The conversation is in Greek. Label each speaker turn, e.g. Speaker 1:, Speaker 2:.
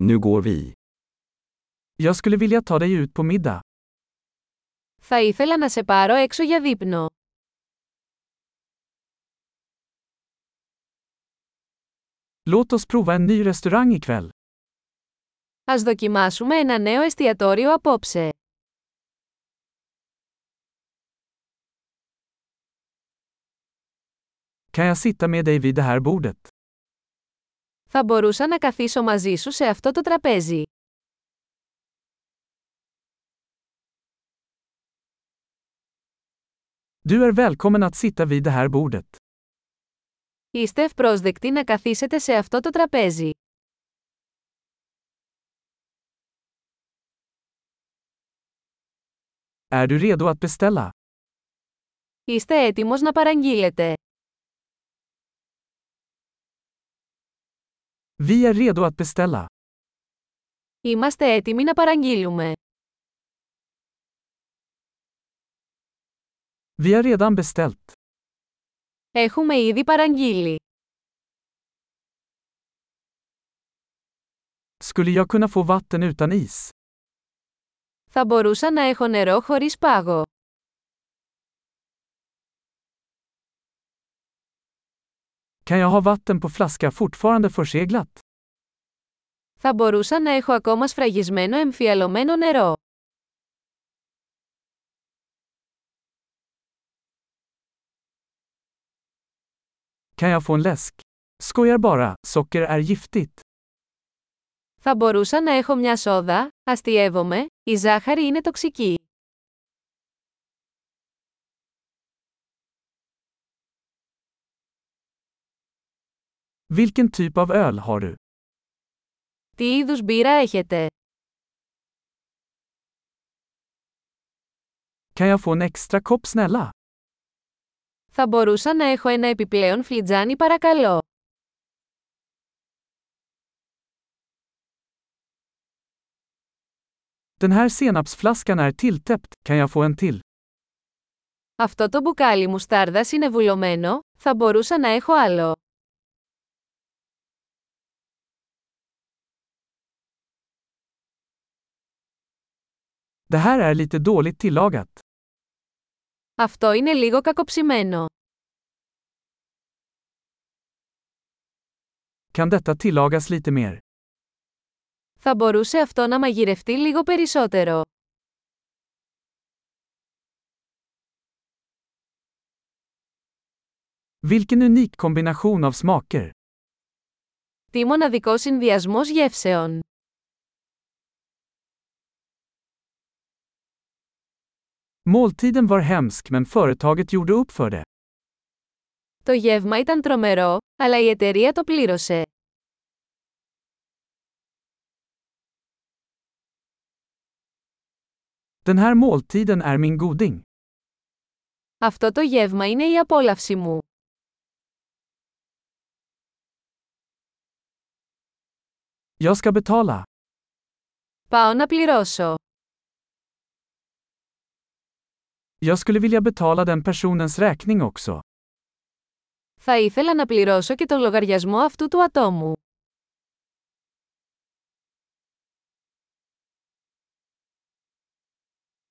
Speaker 1: Nu går vi.
Speaker 2: Jag skulle vilja ta dig ut på middag.
Speaker 3: Θα ήθελα να σε πάρω έξω για δείπνο.
Speaker 2: Låt oss prova en ny restaurang ikväll.
Speaker 3: Ας δοκιμάσουμε ένα νέο εστιατόριο απόψε.
Speaker 2: Kan jag sitta med dig vid det här bordet?
Speaker 3: Θα μπορούσα να καθίσω μαζί σου σε αυτό το τραπέζι.
Speaker 2: Du är välkommen att sitta vid det här bordet.
Speaker 3: Είστε ευπρόσδεκτοι να καθίσετε σε αυτό το τραπέζι.
Speaker 2: Är du redo att beställa?
Speaker 3: Είστε έτοιμος να παραγγείλετε.
Speaker 2: Vi är redo att beställa.
Speaker 3: Είμαστε έτοιμοι να παραγγείλουμε.
Speaker 2: Vi har redan beställt.
Speaker 3: Έχουμε ήδη παραγγείλει.
Speaker 2: Skulle jag kunna få vatten utan is?
Speaker 3: Θα μπορούσα να έχω νερό χωρίς πάγο.
Speaker 2: Kan jag ha vatten på flaska fortfarande förseglat?
Speaker 3: Θα μπορούσα να έχω ακόμα σφραγισμένο εμφιαλωμένο νερό.
Speaker 2: Kan jag få en läsk? Skojar bara, socker är giftigt.
Speaker 3: Θα μπορούσα να έχω μια σόδα, αστειεύομαι, η ζάχαρη είναι τοξική.
Speaker 2: Vilken typ av öl har du?
Speaker 3: Τι είδους μπύρα έχετε.
Speaker 2: Kan jag få en extra kopp snälla?
Speaker 3: Θα μπορούσα να έχω ένα επιπλέον φλιτζάνι παρακαλώ.
Speaker 2: Den här senapsflaskan är tilltäppt, kan jag få en till?
Speaker 3: Αυτό το μπουκάλι μουστάρδας είναι βουλωμένο, θα μπορούσα να έχω άλλο.
Speaker 2: Det här är lite dåligt tillagat.
Speaker 3: Αυτό είναι λίγο κακοψημένο.
Speaker 2: Kan detta tillagas lite mer?
Speaker 3: Θα μπορούσε αυτό να μαγειρευτεί λίγο περισσότερο.
Speaker 2: Vilken unik kombination av smaker!
Speaker 3: Τι μοναδικό συνδυασμός γεύσεων.
Speaker 2: Måltiden var hemsk men företaget gjorde upp för det.
Speaker 3: Το γεύμα ήταν τρομερό, αλλά η εταιρεία το πλήρωσε.
Speaker 2: Den här måltiden är min goding.
Speaker 3: Αυτό το γεύμα είναι η απόλαυση μου.
Speaker 2: Jag ska betala.
Speaker 3: Πάω να πληρώσω.
Speaker 2: Jag skulle vilja betala den personens räkning också.
Speaker 3: Θα ήθελα να πληρώσω και τον λογαριασμό αυτού του ατόμου.